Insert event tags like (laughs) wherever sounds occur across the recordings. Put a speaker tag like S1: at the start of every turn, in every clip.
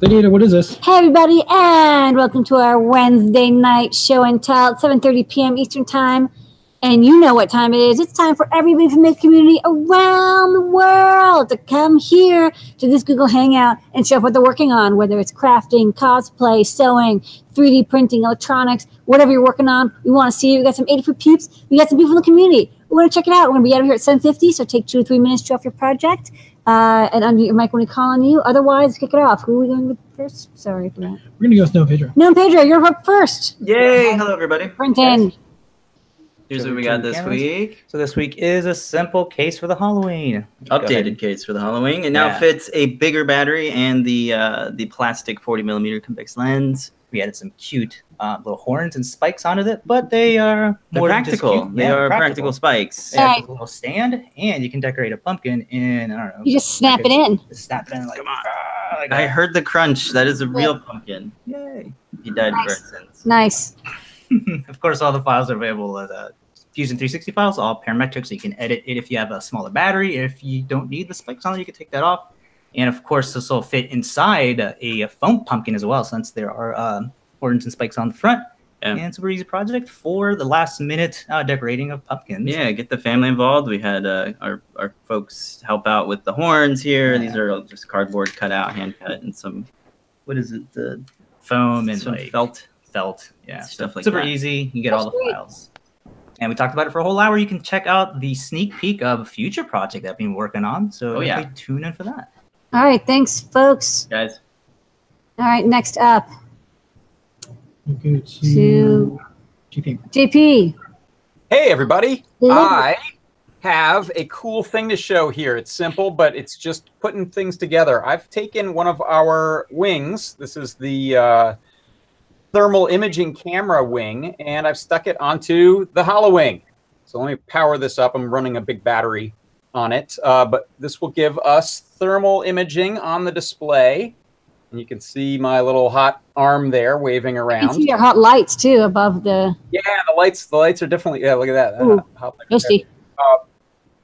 S1: Benita, what is this?
S2: Hey everybody, and welcome to our Wednesday night show and tell. It's 7.30 p.m. Eastern Time, and you know what time it is. It's time for everybody from the community around the world to come here to this Google Hangout and show off what they're working on, whether it's crafting, cosplay, sewing, 3D printing, electronics, whatever you're working on. We want to see you. We got some 80 for peeps. We got some people in the community. We want to check it out. We're going to be out of here at 7.50, so take two or three minutes to off your project. Uh, and unmute your mic when we call on you. Otherwise, kick it off. Who are we going with first? Sorry for that.
S1: We're gonna go with no Pedro.
S2: No, Pedro, you're up first.
S3: Yay! Hello, everybody.
S2: Brenton.
S3: Here's what
S4: Should we
S3: we got
S4: turn the
S3: this
S4: cameras?
S3: week.
S4: So this week is a simple case for the Halloween. Go ahead.
S3: Updated case for the Halloween. It now
S4: Yeah.
S3: fits a bigger battery and the uh, the plastic 40 millimeter convex lens.
S4: We added some cute uh, little horns and spikes onto it, but they are
S3: They're
S4: more than just
S3: practical.
S4: cute.
S3: They
S4: Yeah,
S3: are practical, spikes.
S4: They have
S2: Right.
S4: a little stand, and you can decorate a pumpkin in I don't know.
S2: You just snap it in.
S4: just snap it in like.
S3: Come on.
S4: "Ah," like
S3: I
S4: that.
S3: heard the crunch. That is a real pumpkin.
S4: Yay!
S3: He died for
S2: Nice.
S3: instance.
S2: Nice.
S4: of course, all the files are available as uh, Fusion 360 files, all parametric, so you can edit it if you have a smaller battery. If you don't need the spikes on it, you can take that off. And of course, this will fit inside a foam pumpkin as well, since there are um, horns and spikes on the front.
S3: Yeah.
S4: And it's a pretty easy project for the last minute uh, decorating of pumpkins.
S3: Yeah, get the family involved. We had uh, our our folks help out with the horns here. These
S4: Yeah.
S3: are all just cardboard cut out, hand cut, and some what is it? The
S4: Foam and
S3: some
S4: like,
S3: felt
S4: felt. Yeah.
S3: stuff like
S4: super
S3: that.
S4: easy. You can get all the
S2: That's great.
S4: files. And we talked about it for a whole hour. You can check out the sneak peek of a future project that I've been working on. So
S3: Oh, yeah.
S4: definitely tune in for that.
S2: All right. Thanks, folks.
S3: guys.
S2: All right. Next up
S1: We'll go to
S2: to
S1: GP.
S2: JP.
S5: Hey, everybody.
S2: Hello.
S5: I have a cool thing to show here. It's simple, but it's just putting things together. I've taken one of our wings. This is the uh, thermal imaging camera wing, and I've stuck it onto the hollow wing. So let me power this up. I'm running a big battery on it, uh, but this will give us thermal imaging on the display. And you can see my little hot arm there waving
S2: You can
S5: around.
S2: see your hot lights too above the
S5: Yeah, the lights. The lights are definitely. Yeah, look at that.
S2: Ooh,
S5: Hot light there
S2: toasty.
S5: uh,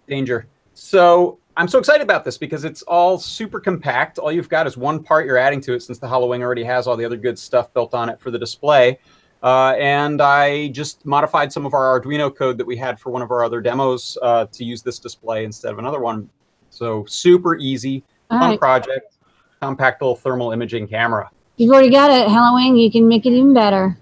S5: danger. So I'm so excited about this because it's all super compact. All you've got is one part you're adding to it since the Halloween already has all the other good stuff built on it for the display. Uh, and I just modified some of our Arduino code that we had for one of our other demos uh, to use this display instead of another one. So super easy,
S2: All
S5: fun
S2: right.
S5: project, compact little thermal imaging camera.
S2: You've already got it. Halloween. You can make it even better.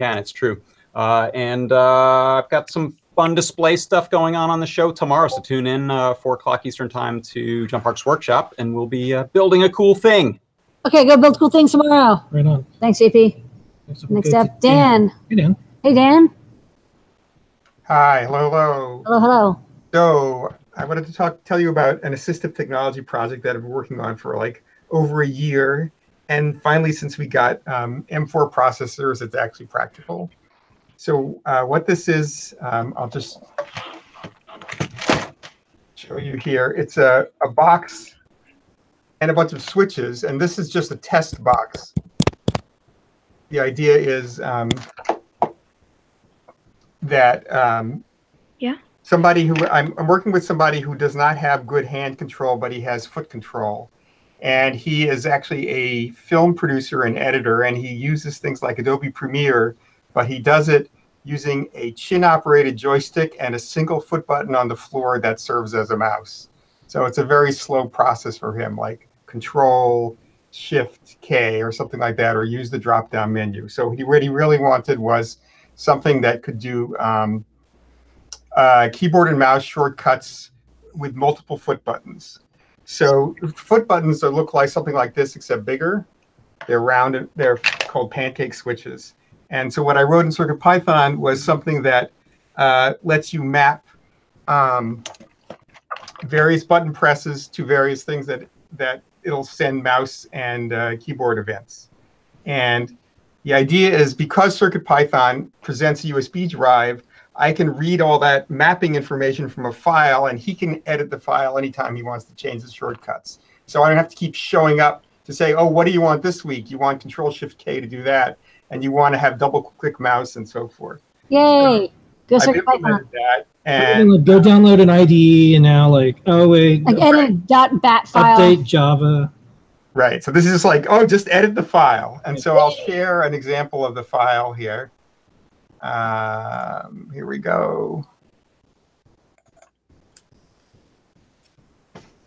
S5: Yeah, and it's true. Uh, and uh, I've got some fun display stuff going on on the show tomorrow. So tune in uh, four o'clock Eastern time to Jump Parks Workshop, and we'll be uh, building a cool thing.
S2: Okay. Go build cool things tomorrow.
S1: Right on.
S2: Thanks, JP.
S1: Next up, we'll
S2: Next
S1: go
S2: up,
S1: to
S2: Dan.
S1: Hey, Dan.
S2: Hey, Dan.
S6: Hi, hello, hello.
S2: Hello. Hello.
S6: So I wanted to talk, tell you about an assistive technology project that I've been working on for like over a year. And finally, since we got um, M4 processors, it's actually practical. So uh, what this is, um, I'll just show you here. It's a, a box and a bunch of switches. And this is just a test box. The idea is um, that um, somebody who I'm, I'm working with somebody who does not have good hand control, but he has foot control. And he is actually a film producer and editor, and he uses things like Adobe Premiere, but he does it using a chin operated joystick and a single foot button on the floor that serves as a mouse. So it's a very slow process for him, like control, shift K or something like that, or use the drop down menu. So he, what he really wanted was something that could do um, uh, keyboard and mouse shortcuts with multiple foot buttons. So foot buttons that look like something like this, except bigger. They're round. and They're called pancake switches. And so what I wrote in CircuitPython was something that uh, lets you map um, various button presses to various things that that it'll send mouse and uh, keyboard events. And the idea is because CircuitPython presents a USB drive, I can read all that mapping information from a file and he can edit the file anytime he wants to change the shortcuts. So I don't have to keep showing up to say, oh, what do you want this week? You want Control Shift K to do that, and you want to have double click mouse and so forth.
S2: Yay. Go
S6: I've
S2: circle Python.
S6: implemented that,
S4: Uh,
S1: And
S6: and
S1: like, go download an IDE and now like oh wait
S2: Like edit dot bat file.
S1: update Java.
S6: Right. So this is just like, oh, just edit the file. And so I'll share an example of the file here. Um, here we go.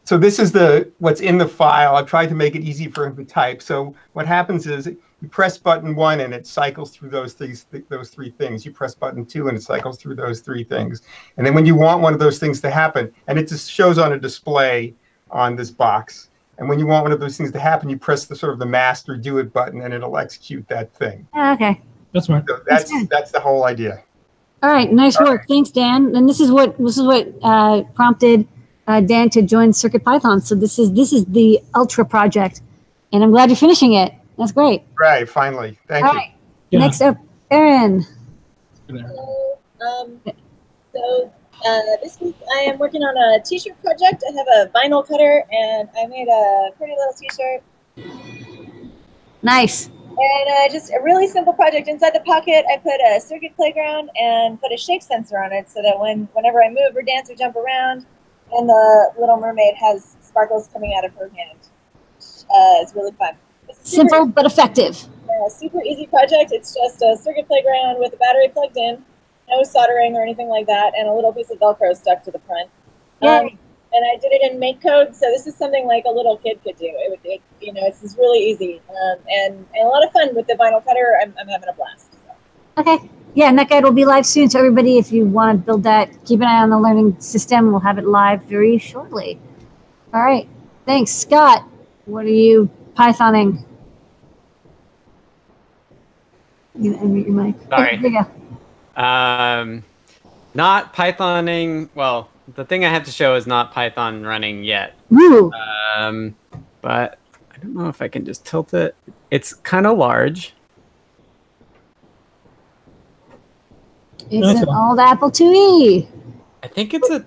S6: So this is the what's in the file. I've tried to make it easy for him to type. So what happens is you press button one and it cycles through those things, th- those three things. You press button two and it cycles through those three things. And then when you want one of those things to happen, and it just shows on a display on this box. And when you want one of those things to happen, you press the sort of the master do it button and it'll execute that thing.
S2: Ah, Okay.
S1: That's smart.
S6: So that's
S2: Okay.
S6: that's the whole idea.
S2: All right. Nice work. Thanks, Dan. And this is what this is what uh, prompted uh, Dan to join Circuit Python. So this is this is the ultra project, and I'm glad you're finishing it. That's great.
S6: Right, finally. Thank
S2: All
S6: you.
S2: right.
S1: Yeah.
S2: Next up, Aaron.
S1: There.
S7: Hello. Um, so uh, this week I am working on a t-shirt project. I have a vinyl cutter and I made a pretty little t-shirt.
S2: Nice.
S7: And uh, just a really simple project inside the pocket. I put a circuit playground and put a shake sensor on it so that when whenever I move or dance or jump around, and the Little Mermaid has sparkles coming out of her hand. Uh, it's really fun. It's a super-
S2: Simple but effective.
S7: a super easy project. It's just a circuit playground with a battery plugged in, no soldering or anything like that, and a little piece of Velcro stuck to the front. Um,
S2: Yay.
S7: and I did it in MakeCode, so this is something like a little kid could do. It would, it, you know, it's, it's really easy um, and, and a lot of fun with the vinyl cutter. I'm, I'm having a blast. So.
S2: Okay. Yeah, and that guide will be live soon. So everybody, if you want to build that, keep an eye on the learning system. We'll have it live very shortly. All right. Thanks, Scott. What are you Pythoning? You can unmute your mic.
S8: Sorry.
S2: There you go.
S8: Um, not Pythoning. Well, the thing I have to show is not Python running yet.
S2: Woo.
S8: Um, but I don't know if I can just tilt it. It's kind of large.
S2: It's
S1: That's
S2: an
S1: all.
S2: old Apple IIe.
S8: I think it's a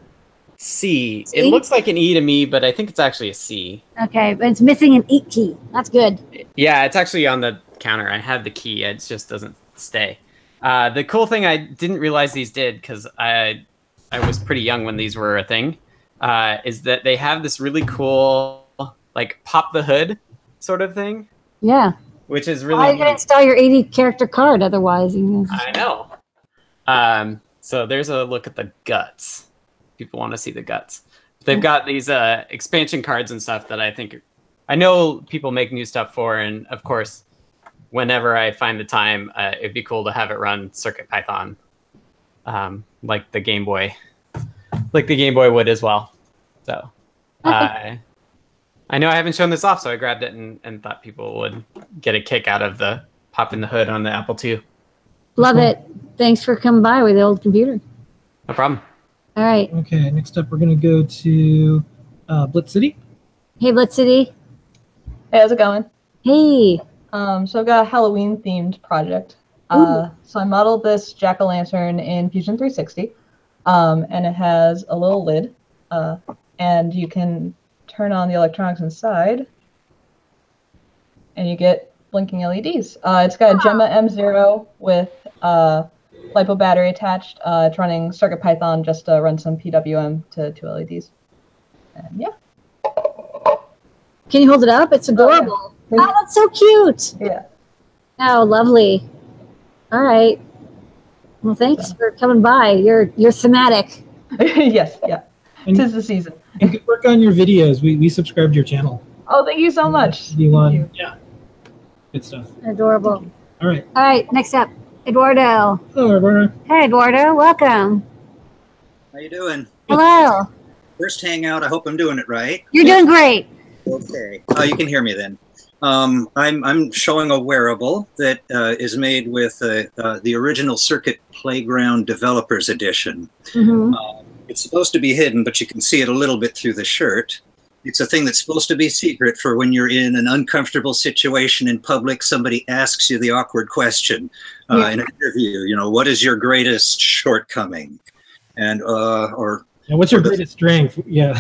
S8: C. It
S2: C?
S8: looks like an E to me, but I think it's actually a C.
S2: Okay, but it's missing an eat key. That's good.
S8: Yeah, it's actually on the counter. I have the key. It just doesn't stay. Uh, the cool thing I didn't realize these did because I I was pretty young when these were a thing uh, is that they have this really cool like pop the hood sort of thing,
S2: Yeah.
S8: which is
S2: Why are
S8: really
S2: you gonna
S8: neat.
S2: install your 80 character card otherwise? You know?
S8: I know. Um, so there's a look at the guts. People want to see the guts. They've got these uh, expansion cards and stuff that I think I know people make new stuff for, and of course, whenever I find the time, uh, it'd be cool to have it run Circuit Python, um, like the Game Boy, like the Game Boy would as well. So, uh, I know I haven't shown this off, so I grabbed it and, and thought people would get a kick out of the popping the hood on the Apple II.
S2: Love it. Thanks for coming by with the old computer.
S8: No problem.
S2: All right.
S1: Okay, next up, we're going to go to uh, Blitz City.
S2: Hey, Blitz City.
S9: Hey, how's it going?
S2: Hey.
S9: Um, so I've got a Halloween themed project. Uh, so I modeled this jack o' lantern in Fusion 360, um, and it has a little lid, uh, and you can turn on the electronics inside, and you get blinking LEDs. Uh, it's got a Gemma
S2: Ah.
S9: M0 with uh, LiPo battery attached. Uh, it's running CircuitPython just to run some PWM to two LEDs. And yeah,
S2: Can you hold it up? It's adorable. Oh,
S9: yeah.
S2: that's so cute.
S9: yeah.
S2: Oh, lovely. All right. Well, thanks for coming by. You're you're thematic.
S9: (laughs) yes, yeah.
S1: And-
S9: Tis the season.
S1: And good work on your videos. We, we subscribed to your channel.
S9: Oh, thank you so much.
S1: You won.
S9: Thank
S1: Yeah. Good stuff.
S2: Adorable.
S1: All right.
S2: All right, next up, Eduardo.
S1: Hello, everyone.
S2: Hey, Eduardo. Welcome.
S10: How you doing?
S2: Hello.
S10: First hangout. I hope I'm doing it right.
S2: You're doing great.
S10: Okay. Oh, you can hear me then. Um, I'm I'm showing a wearable that uh, is made with uh, uh, the original Circuit Playground Developers Edition. Mm-hmm. Um,
S7: Mm-hmm.
S2: hmm
S5: Uh,
S10: It's supposed to be hidden, but you can see it a little bit through the shirt. It's a thing that's supposed to be secret for when you're in an uncomfortable situation in public. Somebody asks you the awkward question uh,
S2: Yeah.
S10: in an interview. You know, what is your greatest shortcoming? And uh, or
S1: Yeah, what's your
S10: Well,
S1: greatest strength? (laughs) Yeah.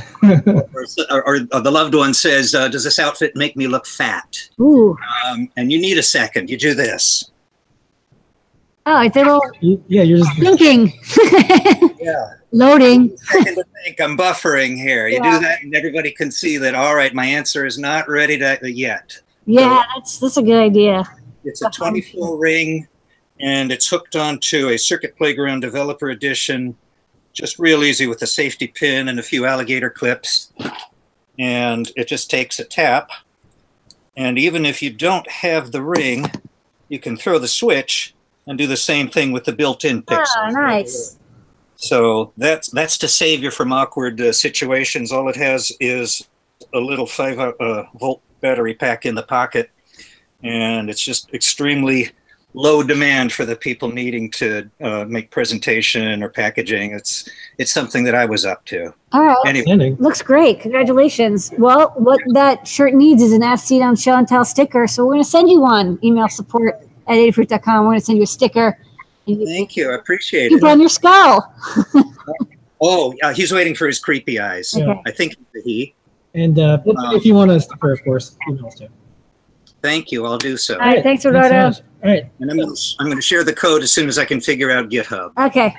S10: or, or, or the loved one says, uh, "Does this outfit make me look fat?"
S2: Ooh.
S10: Um, and you need a second. You do this.
S2: Oh, it's a little
S1: You- yeah, you're just
S2: thinking.
S10: Yeah.
S2: (laughs) Loading.
S10: Second to think, I'm buffering here. You
S2: Yeah.
S10: do that, and everybody can see that. All right, my answer is not ready to yet.
S2: Yeah, that's that's a good idea.
S10: It's a 24 ring and it's hooked onto a Circuit Playground Developer Edition. Just real easy with a safety pin and a few alligator clips. And it just takes a tap. And even if you don't have the ring, you can throw the switch and do the same thing with the built in pixel.
S2: Ah, nice.
S10: So that's that's to save you from awkward uh, situations. All it has is a little five uh, volt battery pack in the pocket, and it's just extremely low demand for the people needing to uh, make presentation or packaging. It's it's something that I was up to.
S2: All right.
S10: Outstanding.
S2: Looks great. Congratulations. Well, what that shirt needs is an FC on Show and Tell sticker. So we're going to send you one. Email support at adafruit.com. We're going to send you a sticker. And you
S10: Thank you, I appreciate
S2: keep it on
S10: it.
S2: your skull.
S10: Oh, yeah, he's waiting for his creepy eyes.
S1: Okay.
S10: I think it's a he.
S1: And uh, but
S10: Um,
S1: if you want a sticker, of course, email us too.
S10: Thank you. I'll do so.
S2: All right. Thanks, Roberto.
S1: so much. All right.
S10: And I'm gonna, I'm going to share the code as soon as I can figure out GitHub.
S2: Okay.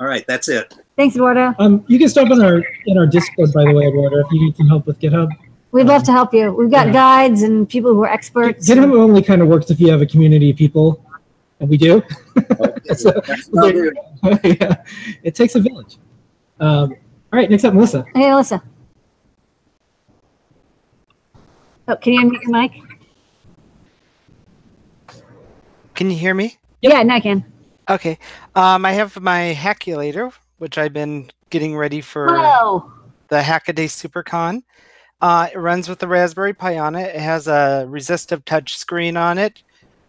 S10: All right, that's it.
S2: Thanks, Eduardo.
S1: Um, you can stop in our in our Discord, by the way, Eduardo, if you need some help with GitHub.
S2: We'd love to help you. We've got
S1: Yeah.
S2: guides and people who are experts.
S1: GitHub only kind of works if you have a community of people, and we do. (laughs) So- (laughs) yeah, it takes a village. Um, all right, next up, Melissa.
S2: Hey, Alyssa. Oh, can you unmute your mic?
S11: Can you hear me?
S2: Yeah, now I can.
S11: Okay. Um, I have my Hackulator, which I've been getting ready for
S2: Whoa.
S11: the Hackaday SuperCon. Uh, it runs with the Raspberry Pi on it. It has a resistive touch screen on it.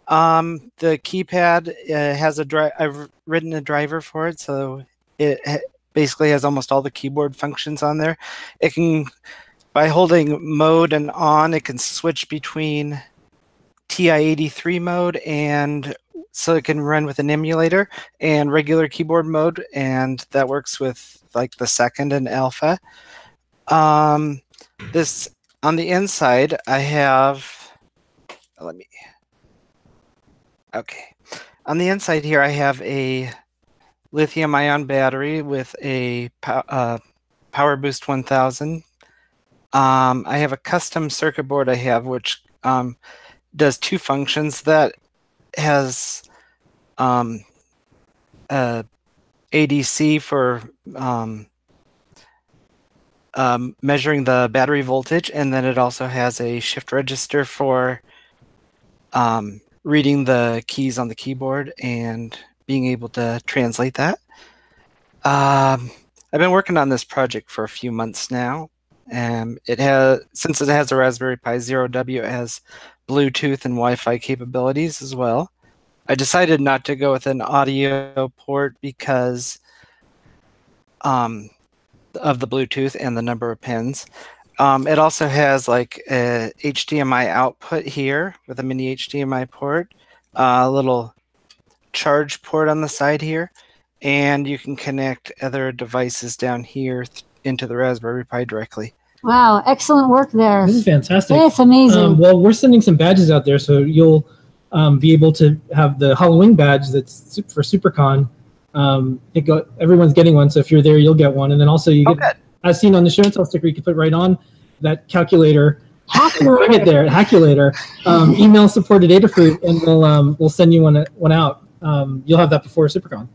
S11: Um, the keypad uh, has a drive. I've written a driver for it, so it ha- basically has almost all the keyboard functions on there. It can, by holding mode and on, it can switch between TI-83 mode and so it can run with an emulator and regular keyboard mode and that works with like the second and alpha. Um, this on the inside I have let me Okay. On the inside here I have a lithium ion battery with a pow- uh, power boost 1000 um, I have a custom circuit board I have, which um, does two functions. That has um, uh, ADC for um, um, measuring the battery voltage, and then it also has a shift register for um, reading the keys on the keyboard and being able to translate that. Um, I've been working on this project for a few months now. Um, it has since it has a Raspberry Pi Zero W, it has Bluetooth and Wi-Fi capabilities as well. I decided not to go with an audio port because um, of the Bluetooth and the number of pins. Um, it also has like a HDMI output here with a mini HDMI port, a little charge port on the side here, and you can connect other devices down here th- into the Raspberry Pi directly.
S2: Wow. Excellent work there.
S1: This is fantastic.
S2: That's amazing.
S1: Um, well, we're sending some badges out there, so you'll um, be able to have the Halloween badge that's su- for SuperCon. Um, it got, everyone's getting one, so if you're there, you'll get one. And then also, you get, as seen on the show and tell sticker, you can put right on that calculator. Plug it there, calculator. Um, email support at Adafruit, and we'll um, we'll send you one one out. Um, you'll have that before SuperCon.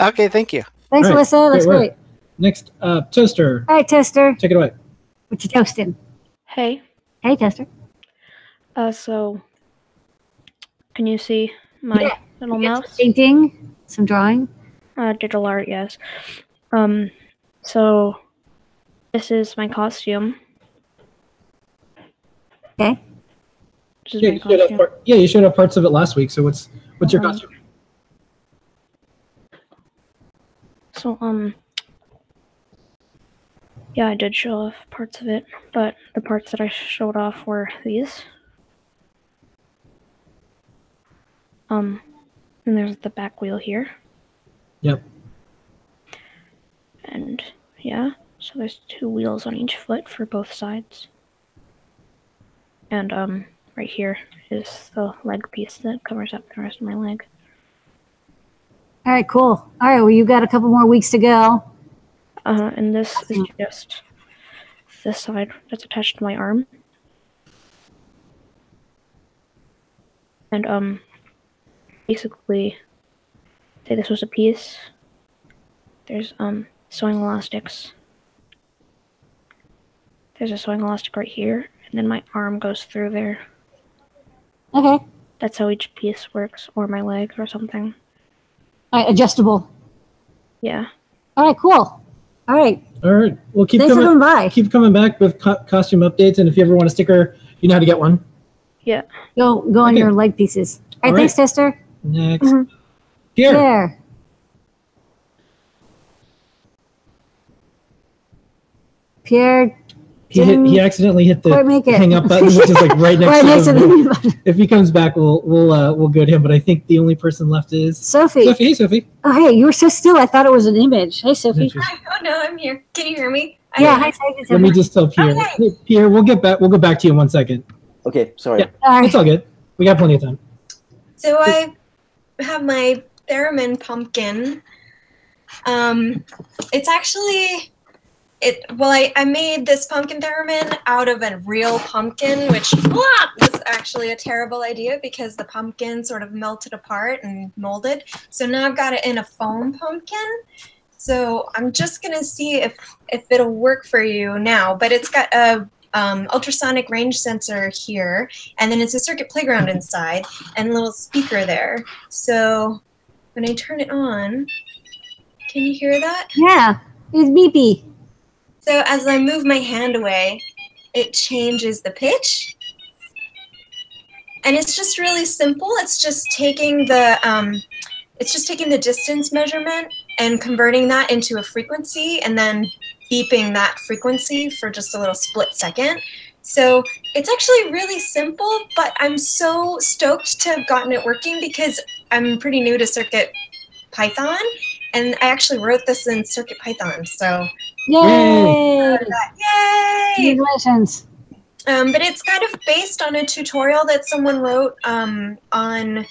S11: Okay, thank you.
S2: Thanks,
S1: All right,
S2: Alyssa. That's
S1: work.
S2: great.
S1: Next, uh, Toaster,
S2: All right, Tester.
S1: take it away.
S2: What you toasting?
S12: Hey,
S2: Hey, Tester.
S12: uh, so can you see my
S2: Yeah,
S12: little
S2: you did some
S12: mouse?
S2: Painting, some drawing.
S12: Uh, digital art, yes. Um, so this is my costume.
S2: Okay.
S12: This is
S1: Yeah,
S12: my
S1: you uh, showed,
S12: costume.
S1: off part, yeah, you showed off parts of it last week. So what's what's your
S2: Uh-huh.
S12: Um,
S1: costume?
S12: So um, yeah, I did show off parts of it, but the parts that I showed off were these. Um, and there's the back wheel here.
S1: Yep.
S12: And yeah, so there's two wheels on each foot for both sides. And um, right here is the leg piece that covers up the rest of my leg.
S2: All All right, cool. All right, well, you've got a couple more weeks to go.
S12: Uh, and this is just this side that's attached to my arm. And um, basically, say this was a piece. There's um sewing elastics. There's a sewing elastic right here, and then my arm goes through there.
S2: Okay.
S12: That's how each piece works, or my leg, or something.
S2: All right, adjustable.
S12: Yeah.
S2: All right, cool. All right.
S1: All right. Well, keep
S2: Thanks for
S1: coming,
S2: coming
S1: Keep coming back with co- costume updates, and if you ever want a sticker, you know how to get one.
S12: Yeah.
S2: Go go on your leg pieces. All right,
S1: All right.
S2: thanks, Tester.
S1: Next.
S2: Mhm.
S1: Here.
S2: There. Pierre.
S1: He, hit,
S2: didn't
S1: he accididentally hit the
S2: quite make it.
S1: hang up button, which
S2: (laughs)
S1: is like right next
S2: Right
S1: to,
S2: next to
S1: the
S2: the
S1: mute
S2: mute
S1: button. If he comes back, we'll we'll uh, we'll go to him. But I think the only person left is
S2: Sophie.
S1: Sophie, hey Sophie.
S2: Oh, hey, you were so still. I thought it was an image. Hey, Sophie.
S13: Hi. Oh no, I'm here. Can you hear me? I-
S2: Yeah, hi, Sophie.
S1: Let me just tell Pierre. Hey, Pierre, we'll get back. We'll go back to you in one second.
S14: Okay, sorry.
S1: Yeah, it's all good. We got plenty of time.
S13: So I have my theremin pumpkin. Um, it's actually it. Well, I, I made this pumpkin theremin out of a real pumpkin, which blah, was actually a terrible idea because the pumpkin sort of melted apart and molded. So now I've got it in a foam pumpkin. So I'm just gonna see if if it'll work for you now. But it's got a um, ultrasonic range sensor here, and then it's a circuit playground inside, and a little speaker there. So when I turn it on, can you hear that?
S2: (laughs) Yeah, it's beepy.
S13: So as I move my hand away, it changes the pitch. And it's just really simple. It's just taking the um, it's just taking the distance measurement and converting that into a frequency and then beeping that frequency for just a little split second. So it's actually really simple, but I'm so stoked to have gotten it working because I'm pretty new to Circuit Python and I actually wrote this in Circuit Python. So
S2: Yay!
S13: Yay!
S2: Congratulations.
S13: Um, but it's kind of based on a tutorial that someone wrote um, on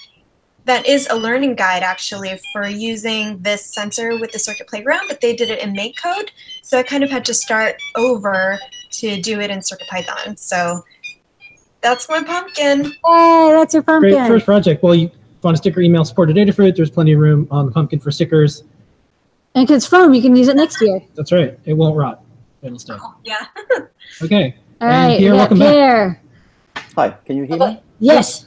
S13: that is a learning guide actually for using this sensor with the circuit playground, but they did it in MakeCode. So I kind of had to start over to do it in CircuitPython. So that's my pumpkin.
S2: Hey, that's your
S1: Great
S2: pumpkin.
S1: first project. Well, you want a sticker email support at Adafruit. There's plenty of room on the pumpkin for stickers.
S2: And 'cause it's foam, you can use it next year.
S1: That's right. It won't rot. It'll stay.
S13: Yeah.
S1: Okay.
S2: All
S1: And
S2: right,
S1: Pierre,
S2: we got
S1: welcome back.
S2: Pierre.
S14: Hi, can you hear me?
S2: Yes.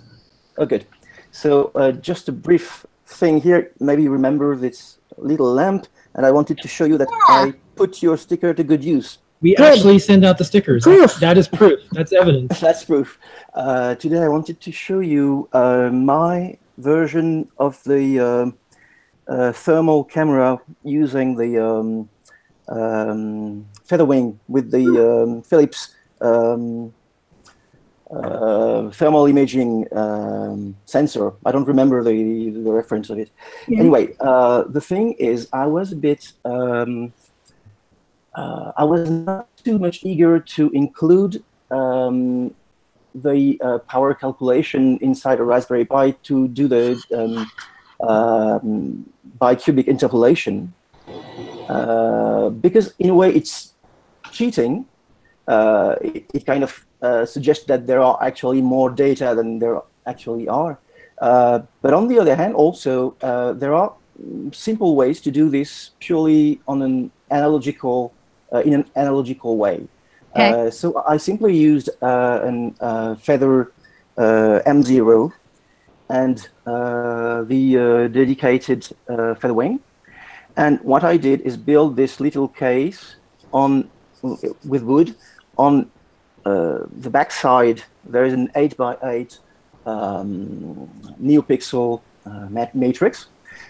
S14: Oh, good. So uh, just a brief thing here. Maybe you remember this little lamp, and I wanted to show you that I put your sticker to good use.
S1: We actually send out the stickers. Proof. that is proof. That's
S14: (laughs)
S1: evidence.
S14: That's proof. Uh, today I wanted to show you uh, my version of the um uh, thermal camera using the um, um, Featherwing with the um, Philips um, uh, thermal imaging um, sensor. I don't remember the, the reference of it.
S15: Yeah.
S14: Anyway, uh, the thing is, I was a bit. Um, uh, I was not too much eager to include um, the uh, power calculation inside a Raspberry Pi to do the um, um, bicubic interpolation uh, because, in a way, it's cheating. Uh, it, it kind of uh, suggests that there are actually more data than there actually are. Uh, but on the other hand, also, uh, there are mm, simple ways to do this purely on an analogical, uh, in an analogical way.
S15: Okay.
S14: Uh, so I simply used uh, an uh, Feather uh, M0 and uh, the uh, dedicated uh, Feather Wing. And what I did is build this little case on with wood. On uh, the backside, there is an eight by eight um, neopixel uh, mat- matrix,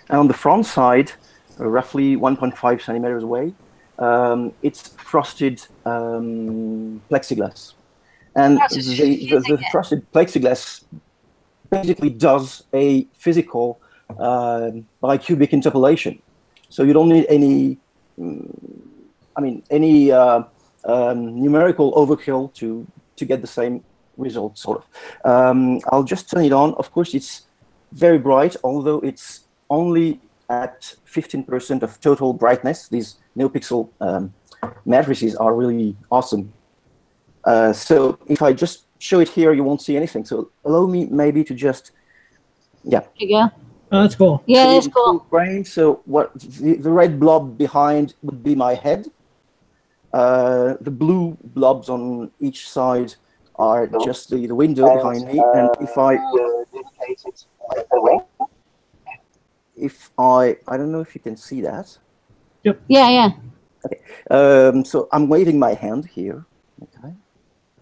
S14: and on the front side, uh, roughly 1.5 centimeters away, um, it's frosted um, plexiglass, and
S15: That's
S14: the,
S15: just
S14: the, the frosted plexiglass basically does a physical um bicubic interpolation. So you don't need any, mm, I mean, any uh, um, numerical overkill to to get the same result, sort of. Um, I'll just turn it on. Of course, it's very bright, although it's only at 15% of total brightness. These NeoPixel um, matrices are really awesome. Uh, so if I just show it here, you won't see anything. So allow me maybe to just, yeah.
S2: There you go.
S1: Oh, that's cool.
S2: Yeah, that's cool.
S14: Brain. So what the, the red blob behind would be my head. Uh, the blue blobs on each side are just the, the window behind me.
S6: uh,
S14: And if I if I I don't know if you can see that.
S1: Yep.
S2: Yeah, yeah,
S14: Okay. Um, so I'm waving my hand here. Okay.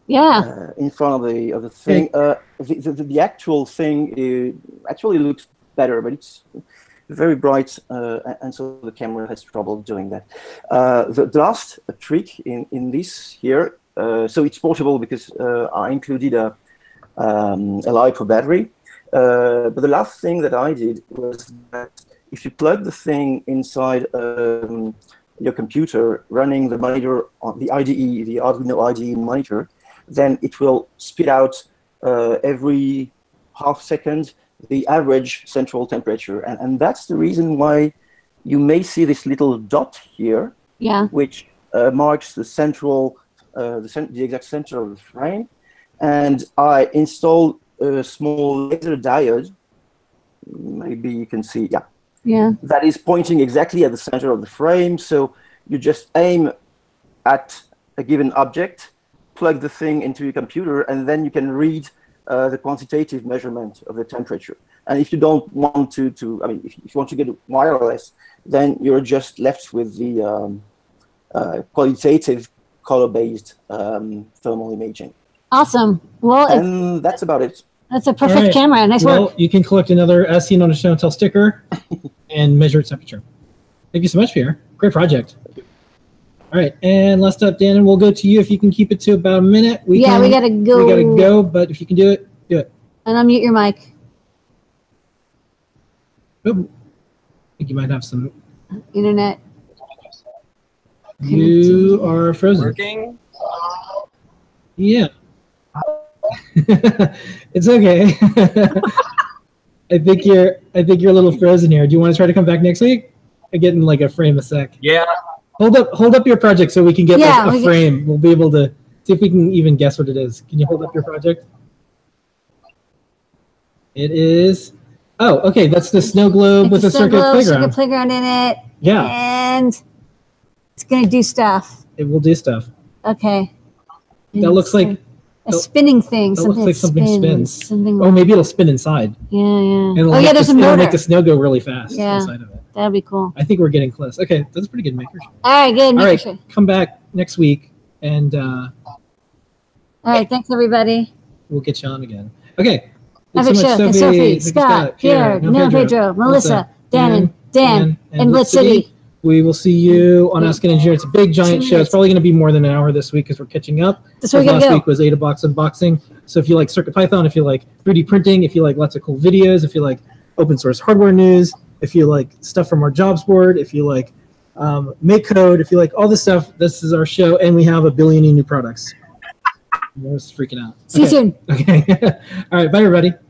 S2: yeah.
S14: Uh, in front of the of the thing. Uh, the, the, the actual thing uh, actually looks better, but it's very bright, uh, a- and so the camera has trouble doing that. Uh, the, the last trick in in this here, uh, so it's portable because uh, I included a um, a LiPo battery. Uh, but the last thing that I did was that if you plug the thing inside um, your computer running the monitor on the IDE, the Arduino IDE monitor, then it will spit out uh, every half second the average central temperature. And, and that's the reason why you may see this little dot here,
S2: Yeah.
S14: which uh, marks the central, uh, the, cent- the exact center of the frame. And I installed a small laser diode. Maybe you can see, yeah
S2: Yeah.
S14: that is pointing exactly at the center of the frame. So you just aim at a given object, plug the thing into your computer, and then you can read uh, the quantitative measurement of the temperature. And if you don't want to, to I mean, if if you want to get wireless, then you're just left with the um, uh, qualitative color-based um, thermal imaging.
S2: Awesome. Well, it's,
S14: And that's about it.
S2: that's a perfect
S1: Alright.
S2: camera. Nice
S1: well,
S2: work.
S1: you can collect another as seen on a show and tell
S2: (laughs)
S1: sticker and measure its temperature. Thank you so much, Pierre. Great project. All right, and last up, Dan, and we'll go to you if you can keep it to about a minute. We
S2: Yeah,
S1: can-
S2: we gotta go.
S1: We gotta go, but if you can do it, do it.
S2: And unmute your mic.
S1: Oop. I think you might have some.
S2: Internet.
S1: You are frozen.
S5: Working.
S1: Yeah. (laughs) it's okay. (laughs) I think you're I think you're a little frozen here. Do you want to try to come back next week? I get in like a frame a sec.
S5: Yeah.
S1: Hold up hold up your project so we can get
S2: Yeah,
S1: like a
S2: we can-
S1: frame. We'll be able to see if we can even guess what it is. Can you hold up your project? It is Oh, okay, that's the snow globe with a
S2: It's
S1: circuit
S2: globe,
S1: playground.
S2: circuit playground in it.
S1: Yeah.
S2: And it's gonna do stuff.
S1: It will do stuff.
S2: Okay.
S1: That looks like
S2: a spinning thing.
S1: that looks like something spins.
S2: Something.
S1: Oh, maybe it'll spin inside.
S2: Yeah, yeah.
S1: it'll
S2: Oh, yeah.
S1: make
S2: There's
S1: the,
S2: a
S1: it'll
S2: motor.
S1: make the snow go really fast
S2: Yeah.
S1: inside of it.
S2: That'd be cool.
S1: I think we're getting close. Okay, that's a pretty good maker. shape.
S2: All right. Good.
S1: All
S2: Make
S1: right,
S2: sure.
S1: come back next week and uh,
S2: All right. Thanks everybody.
S1: we'll get you on again. Okay.
S2: Have
S1: Thanks
S2: a show. Sophie, Sophie Scott, Pierre, Neil Pedro, Melissa, Dan, and Dan, and Lit City.
S1: We will see you on Ask an Engineer. It's a big, giant show. It's probably going to be more than an hour this week because we're catching up.
S2: That's where
S1: Because
S2: we gotta
S1: last
S2: go.
S1: week was Ada Box unboxing. So if you like Circuit Python, if you like 3D printing, if you like lots of cool videos, if you like open source hardware news, if you like stuff from our jobs board, if you like um, make code, if you like all this stuff, this is our show, and we have a billion new products. I was freaking out.
S2: See you
S1: Okay. (laughs)
S2: soon.
S1: Okay. all right. Bye, everybody.